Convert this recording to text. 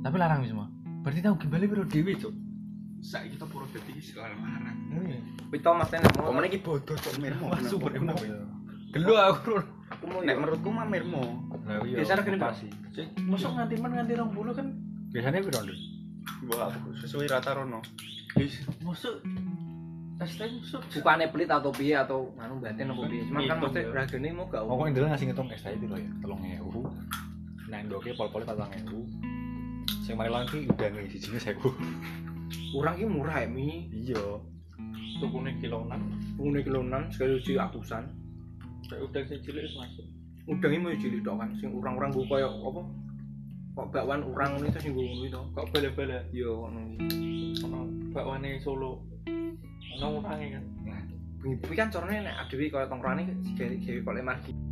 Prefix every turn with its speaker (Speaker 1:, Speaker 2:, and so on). Speaker 1: tapi larang wis mah berarti tahu kembali bro dewi cok
Speaker 2: Saiki kita pura dadi wis larang-larang.
Speaker 1: Oh,
Speaker 3: Wih tau mas nek mau
Speaker 2: Komene iki bodoh cok mirmo.
Speaker 1: wah super
Speaker 2: Kenapa?
Speaker 1: emosi gelo aku Rul.
Speaker 3: aku mau
Speaker 2: Nek menurutku mah mirmo.
Speaker 1: Lah, iya.
Speaker 2: Biasanya kene Pak.
Speaker 1: masuk nganti men nganti rong puluh kan biasanya biro lu
Speaker 2: Wah, aku sesuai rata rono.
Speaker 1: masuk hashtag masuk
Speaker 3: bukannya pelit atau piye atau anu batin apa piye cuman kan
Speaker 2: Ngitung,
Speaker 3: mesti
Speaker 2: ya.
Speaker 3: beragene mau gak
Speaker 1: Pokoknya dulu ngasih ngitung STI itu loh ya, telung ewu Nah, ndoke pol-polnya patang ewu Yang mari lawan ki udah nih, sisinya sewu
Speaker 3: kurang ki murah ya mi
Speaker 1: Iya
Speaker 4: tukune kilonan
Speaker 3: pengguna kilonan sekali uji atusan
Speaker 4: kayak udah sing cilik wis masuk
Speaker 3: udang ini mau cilik tok kan sing orang-orang gue koyo apa kok bakwan orang ini terus sing gue ngono itu
Speaker 4: kok bala-bala
Speaker 3: yo ngono iki.
Speaker 4: ono bakwane solo ono urange kan
Speaker 3: bengi-bengi kan corone nek adewe koyo tongkrone gawe gawe kok margi